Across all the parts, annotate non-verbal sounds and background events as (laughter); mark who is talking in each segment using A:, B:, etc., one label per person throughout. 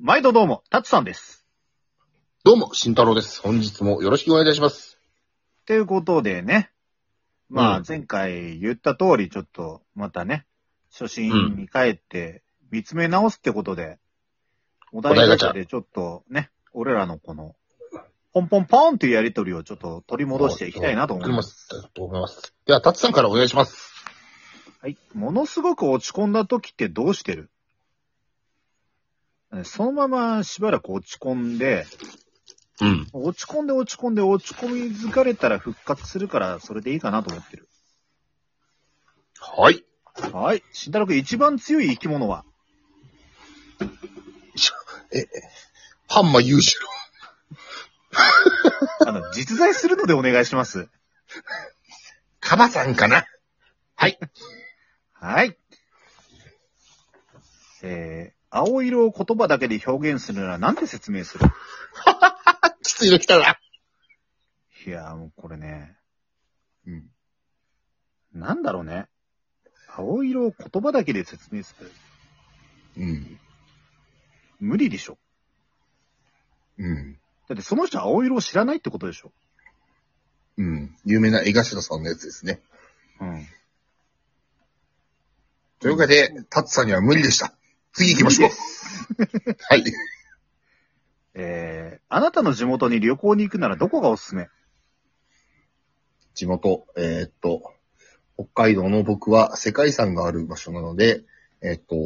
A: 毎度どうも、たつさんです。
B: どうも、慎太郎です。本日もよろしくお願いいたします。
A: ということでね、ま
B: う
A: あ
B: ん
A: 前回言った通り、ちょっとまたね、初心に帰って見つめ直すってことで、お題ガチャでちょっとね、俺らのこの、ポンポンポンっていうやりとりをちょっと取り戻していきたいなと思います。。
B: と思います。では、タツさんからお願いします。
A: はい。ものすごく落ち込んだ時ってどうしてるそのまましばらく落ち込んで、
B: うん。
A: 落ち込んで落ち込んで落ち込み疲れたら復活するから、それでいいかなと思ってる。
B: はい。
A: はい。慎太郎くん、一番強い生き物は
B: ハンマユージ
A: あの、 (laughs) 実在するのでお願いします。
B: カバさんかな
A: はい。えー、青色を言葉だけで表現するなら何て説明する
B: きついの来たな。
A: いやーもうこれね、うん。なんだろうね。青色を言葉だけで説明する。
B: うん。
A: 無理でしょ。
B: うん。
A: だってその人青色を知らないってことでしょ。
B: うん。有名な江頭さんのやつですね。
A: うん。
B: というわけで、タツさんには無理でした。次行きましょう。 (laughs) はい。
A: えー、あなたの地元に旅行に行くならどこがおすすめ
B: 地元、えーっと、北海道の僕は世界遺産がある場所なので、えーっと、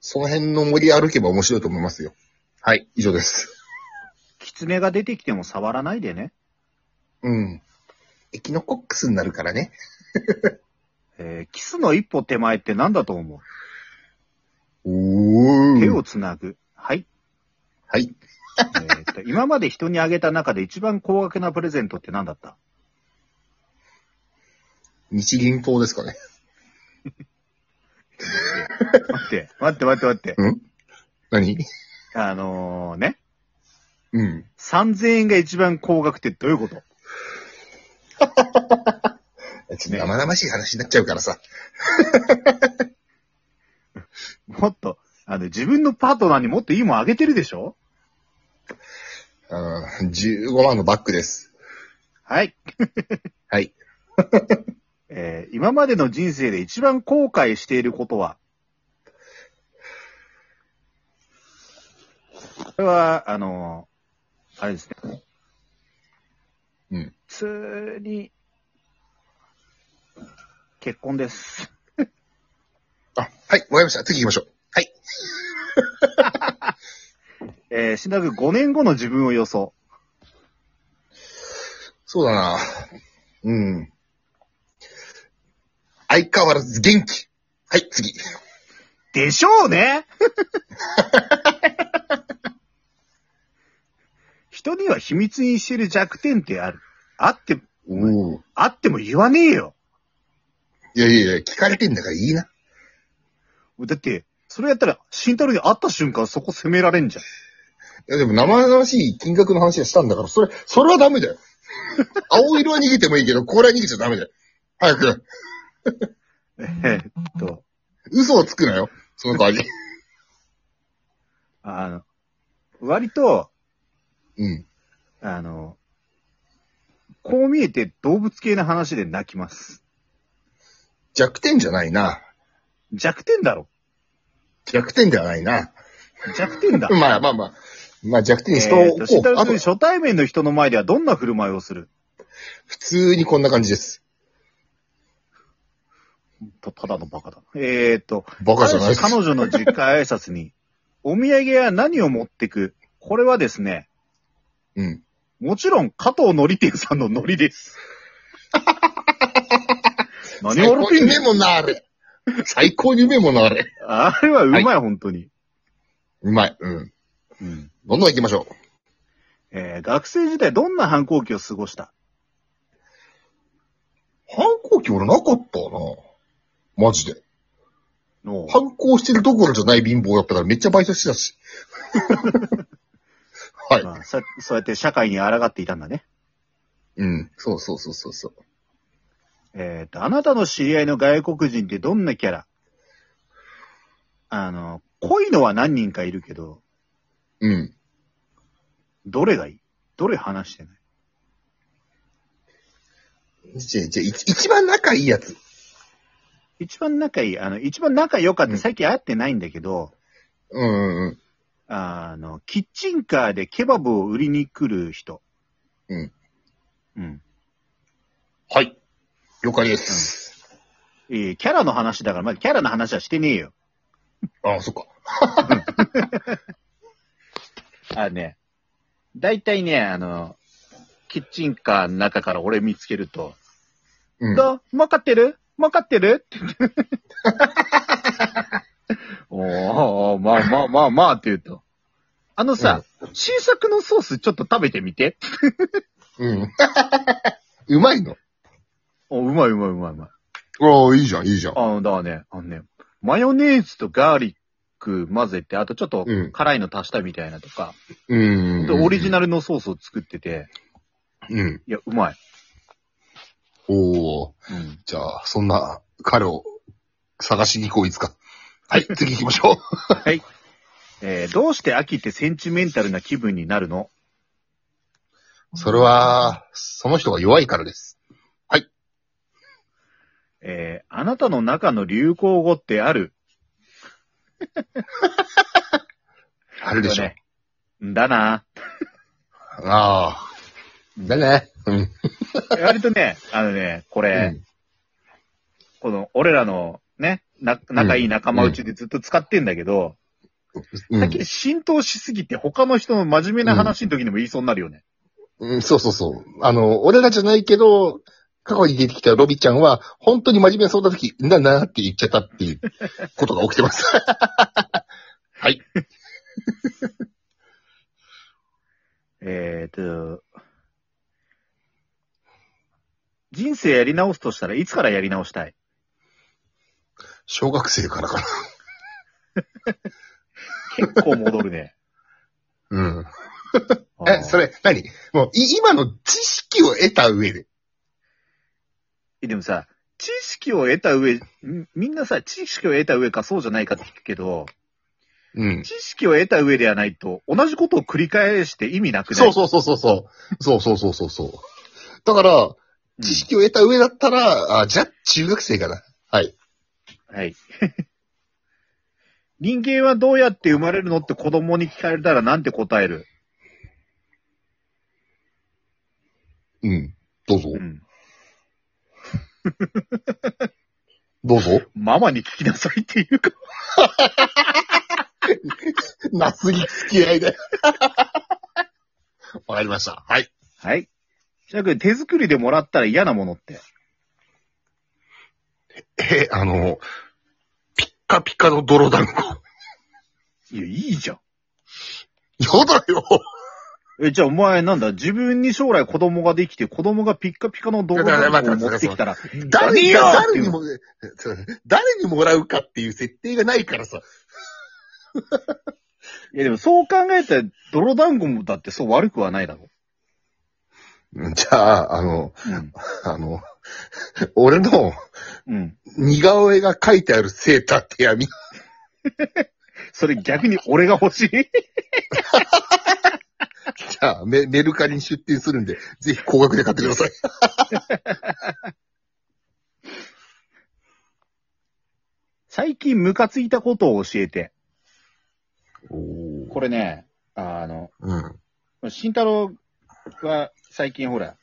B: その辺の森歩けば面白いと思いますよ。はい、以上です。
A: 狐が出てきても触らないでね。
B: うん。エキノコックスになるからね。
A: えーキスの一歩手前って何だと思
B: お
A: う手をつなぐ。はい。
B: はい。
A: えーと (laughs) 今まで人にあげた中で一番高額なプレゼントって何だった
B: 日銀党ですかね。
A: 待って、待って、待って、待って。
B: 何
A: あのー、ね。
B: うん。
A: 3000円が一番高額ってどういうこと
B: ちょっと生々しい話になっちゃうからさ。
A: もっと、あの、自分のパートナーにもっといいもんあげてるでしょ
B: うん、15万のバッグです。
A: はい。
B: はい。
A: (laughs) えー今までの人生で一番後悔していることはこれは、あのーあれですね。
B: うん。
A: 普通に、結婚です。
B: あ、はい、わかりました。次行きましょう。はい。
A: えー、しんく5年後の自分を予想。
B: そうだな。うん。相変わらず元気。はい、次。
A: でしょう
B: (laughs)
A: ね人には秘密にしてる弱点ってある。あって、
B: おお。
A: あっても言わねえよ。
B: いやいやいや、聞かれてんだからいいな。
A: だって、それやったら、慎太郎に会った瞬間そこ責められんじゃん。
B: いやでも生々しい金額の話はしたんだから、それ、それはダメだよ。青色は逃げてもいいけど、これは逃げちゃダメだよ。早く、
A: えーっと、
B: 嘘をつくなよ。その代わ (laughs) り。
A: あの、割と、
B: うん。
A: あの、こう見えて動物系の話で泣きます。
B: 弱点じゃないな。
A: 弱点だろ。
B: 弱点ではないな。
A: 弱点だ。
B: まあまあまあ。まあ弱点に人
A: えーっ
B: を、
A: と、慎太
B: こう
A: 郎
B: あと
A: 君、初対面の人の前ではどんな振る舞いをする
B: 普通にこんな感じです。
A: と、ただのバカだ。えーっと、
B: バカじゃないです。
A: 彼女の実家挨拶に、お土産や何を持ってくこれはですね、
B: うん。
A: もちろん、加藤のり店さんののり (laughs) です。何
B: 最
A: 笑っ
B: 高に
A: てんね
B: うめえもんな、あれ。最高にうめえもんな、あれ。
A: あれはうまい、本当に。
B: うまい。うん。
A: うん。
B: どんどん行きましょう。
A: えー学生時代どんな反抗期を過ごした
B: 反抗期俺なかったな。マジで。
A: の
B: 反抗してるどころじゃない貧乏だったからめっちゃバイトしてたし。はい。
A: まあ、さそうやって社会に抗っていたんだね。
B: うん。そうそうそうそうそう。
A: えっ、と、あなたの知り合いの外国人ってどんなキャラあの、濃いのは何人かいるけど、
B: うん。
A: どれがいいどれ話してない
B: じゃあ、じゃあ、いち一番仲いいやつ。
A: 一番仲いい、あの、一番仲良かった、
B: うん
A: 最近会ってないんだけど、
B: うんうんうん。
A: あの、キッチンカーでケバブを売りに来る人。
B: うん。
A: うん。
B: はい。了解です。
A: えーキャラの話だから、まだキャラの話はしてねえよ。
B: ああ、そっか。
A: あのね、だいたいね、あの、キッチンカーの中から俺見つけると、
B: うん。
A: どう儲かってる儲かって (laughs) るって。おー、まあまあまあまあって言うと。あのさ、新作のソースちょっと食べてみて。
B: うん。 (laughs) うまいの
A: お、うまいうまいうまいうまい。
B: ああ、いいじゃん、いいじゃん。
A: あの、だからね、あのね、マヨネーズとガーリック混ぜて、あとちょっと
B: うん
A: 辛いの足したみたいなとか、
B: うん。
A: でオリジ
B: ル。
A: ナルのソースを作ってて、
B: うん。
A: いや、うまい。
B: おお。
A: うん。
B: じゃあ、そんな彼を探しに行こう、いつか。はい、次行きましょう。
A: えーどうして秋ってセンチメンタルな気分になるの
B: それは、その人が弱いからです。
A: えーあなたの中の流行語ってある
B: あるでしょ。
A: ね。んだな。
B: ああ。だね。うん。
A: 割とね、 (laughs) あのね、これ、この、俺らのね、な、仲いい仲間内でずっと使ってんだけど、
B: うん
A: 最近浸透しすぎて他の人の真面目な話の時にも言いそうになるよね。
B: うん、そうそうそう。あの、俺らじゃないけど、過去に出てきたロビちゃんは、本当に真面目そうな時、な、なって言っちゃったっていうことが起きてます。
A: えー、と、人生やり直すとしたらいつからやり直したい
B: 小学生からかな。
A: 結構戻るね。
B: うん。
A: あー
B: (laughs) え、そ。れ、何もう、い、今の知識を得た上で。
A: えでもさ、知識を得た上、んみんなさ、知識を得た上かそうじゃないかって聞くけど、
B: うん。
A: 知識を得た上ではないと、同じことを繰り返して意味なくない
B: そうそうそうそうそう。そうそうそうそうそう。だから、
A: うん
B: 知識を得た上だったら、あ、じゃあ、中学生かな。はい。
A: はい。 (laughs) 人間はどうやって生まれるのって子供に聞かれたらなんて答える
B: うん。どうぞ
A: う。ん。
B: どうぞ。
A: ママに聞きなさいっていうか。
B: (laughs) なすぎ付き合いで。 (laughs) わかりました。はい。
A: はい。じゃあ、手作りでもらったら嫌なものって。
B: え、あの、ピッカピカの泥団子。
A: いや、いいじゃん。
B: (laughs) やだよ。
A: え、じゃあお前なんだ、自分に将来子供ができて、子供がピッカピカの泥
B: いやいや
A: 棒
B: 待
A: を
B: って
A: 持ってきたら、
B: 誰に、
A: やめよう
B: 誰にも、そう誰にもらうかっていう設定がないからさ。
A: いやでもそう考えたら、泥団子もだってそう悪くはないだろ。
B: じゃあ、あの、
A: うん。
B: あの、 (laughs) 俺の
A: うん。
B: 似顔絵が書いてあるセーター手紙。
A: それ逆に俺が欲しい (laughs)
B: じゃあメ、メルカリに出店するんで、ぜひ高額で買ってください。
A: 最近ムカついたことを教えて。
B: おー
A: これね、あの、
B: うん。
A: 慎太郎は最近ほら、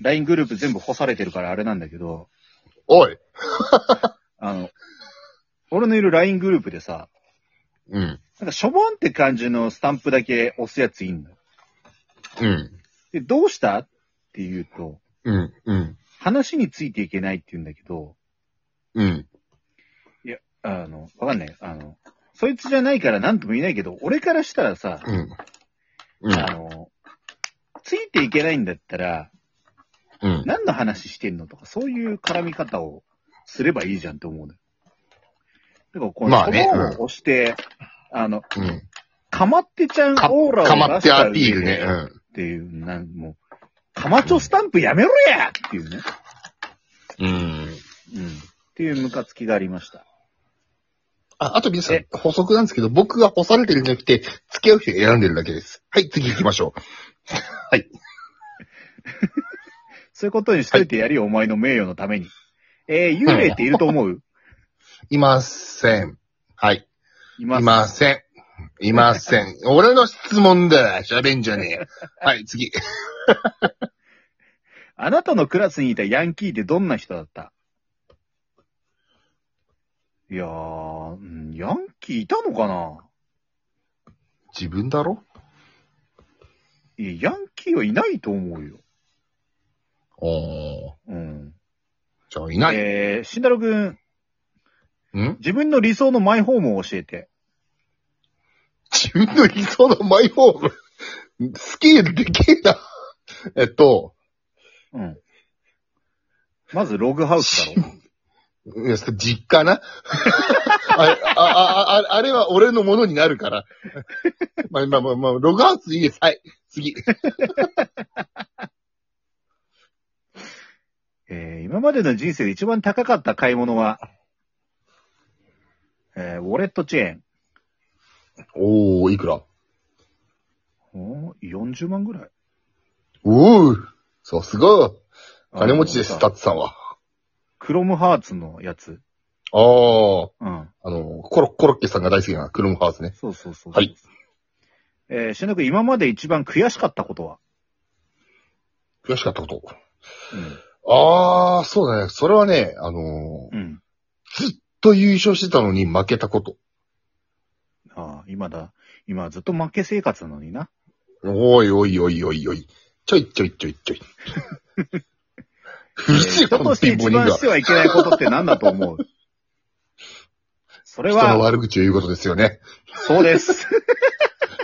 A: LINE グループ全部干されてるからあれなんだけど、
B: おい。
A: あの、俺のいる LINE グループでさ、
B: うん。
A: なんかしょぼんって感じのスタンプだけ押すやついんの。
B: うん。
A: で、どうしたって言うと、
B: うん。うん。
A: 話についていけないって言うんだけど、
B: うん。
A: あの、わかんない。あの、そいつじゃないから何とも言えないけど、俺からしたらさ、
B: うん。う
A: あの、ついていけないんだったら、
B: うん。
A: 何の話してんのとか、そういう絡み方をすればいいじゃんって思うのよ。だから、この、
B: まあね
A: この
B: うん
A: を押して、あの、
B: うん。
A: かまってちゃん
B: か、
A: オーラを
B: かま
A: 出
B: っ
A: してた
B: ア
A: 上で
B: ピールね。う
A: っ
B: ん。
A: ていう、なん、もう、かまちょスタンプやめろやっていうね。
B: うん。
A: うん。っていうムカつきがありました。
B: あ、あと皆さん
A: え、
B: 補足なんですけど、僕が干されてるんじゃなくて、付き合う人を選んでるだけです。はい、次行きましょう。
A: そういうことにしといてやるよ、お前の名誉のために。えー、幽霊っていると思
B: (laughs)
A: う
B: いません。はい。
A: い
B: い
A: ま
B: ません。いませ (laughs) ん。俺の質問だ。喋んじゃ (laughs) ねえ。はい、次。
A: す。あなたのクラスにいたヤンキーってどんな人だったいやー、うんヤンキーいたのかな
B: 自分だろ
A: いやヤンキーはいないと思うよ。
B: おー。
A: うん。
B: じゃあ、いない。
A: えー、慎太郎くん、
B: ん
A: 自分の理想のマイホームを教えて。
B: 自分の理想のマイホーム。スケールでけえな。えっと、
A: うん。まずログハウス
B: (laughs)
A: だろ。
B: いやそれ実家 (laughs) な。あれ、あ、あ、あ、あれは俺のものになる (laughs) から。まあ、まあ、まあ、まあ、ログハウスいいです。はい。次。
A: えー今までの人生で一番高かった買い物は、えーウォレットチェーン。
B: おー、いくら
A: おー40万ぐらい。
B: おー、さすが。金持ちで
A: あ
B: す、
A: の
B: タッツさんは。
A: クロムハーツのやつ。
B: あー、
A: うん。
B: あの、コロ、コロッケさんが大好きなクルムハウスね。
A: そうそうそうそう。
B: はい。
A: えー、しのくん今まで一番悔しかったことは
B: 悔しかったこと。あー、そうだね。それはね、あのー、
A: うん。うん。
B: と優勝してたのに負けたこと。
A: ああ、今だ。今ずっと負け生活なのにな。
B: おいおいおいおいおい。ちょいちょいちょいちょい。 (laughs) うるせえ、
A: えー人
B: この
A: として
B: 貧乏
A: 一
B: 人
A: 番
B: が
A: し。てはいけないことって何だと思
B: (laughs)
A: うそれ
B: 人の
A: は、
B: 悪口を言うことですよね。
A: そうです。